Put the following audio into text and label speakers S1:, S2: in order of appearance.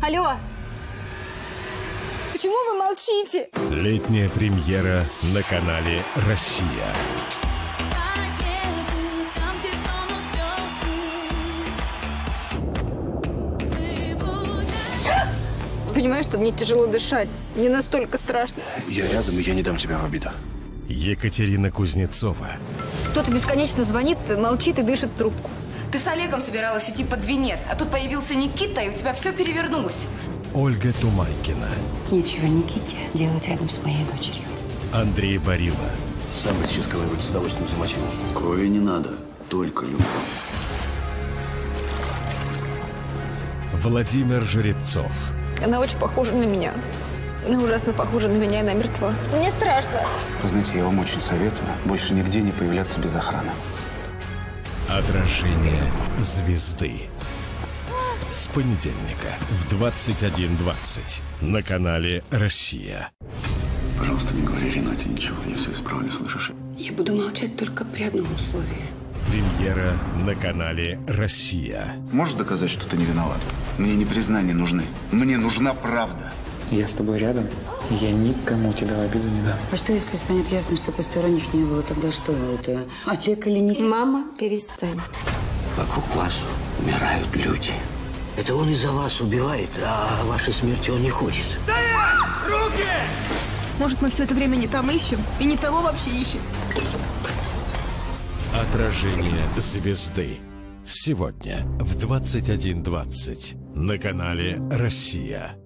S1: Алло! Почему вы молчите?
S2: Летняя премьера на канале «Россия».
S1: Понимаешь, что мне тяжело дышать. Не настолько страшно.
S3: Я рядом, и я не дам тебя в обиду.
S2: Екатерина Кузнецова.
S1: Кто-то бесконечно звонит, молчит и дышит в трубку.
S4: Ты с Олегом собиралась идти под венец, а тут появился Никита, и у тебя все перевернулось.
S2: Ольга Тумайкина.
S5: Нечего Никите делать рядом с моей дочерью.
S2: Андрей Барила.
S3: Сам бы сейчас кого-нибудь с удовольствием замочил.
S6: Крови не надо, только любовь.
S2: Владимир Жеребцов.
S1: Она очень похожа на меня. Она ужасно похожа на меня, и она мертва. Мне страшно.
S3: Вы знаете, я вам очень советую больше нигде не появляться без охраны.
S2: Отражение звезды. С понедельника в 21.20 на канале «Россия».
S6: Пожалуйста, не говори Ренате ничего, я все исправлю, слышишь?
S5: Я буду молчать только при одном условии.
S2: Премьера на канале «Россия».
S3: Можешь доказать, что ты не виноват? Мне не признания нужны. Мне нужна правда.
S7: Я с тобой рядом. Я никому тебя в обиду не дам.
S5: А что, если станет ясно, что посторонних не было? Тогда что это? А Олег или Никита? Мама, перестань.
S8: Вокруг вас умирают люди. Это он из-за вас убивает, а вашей смерти он не хочет.
S1: Может, мы все это время не там ищем? И не того вообще ищем?
S2: Отражение звезды. Сегодня в 21.20 на канале «Россия».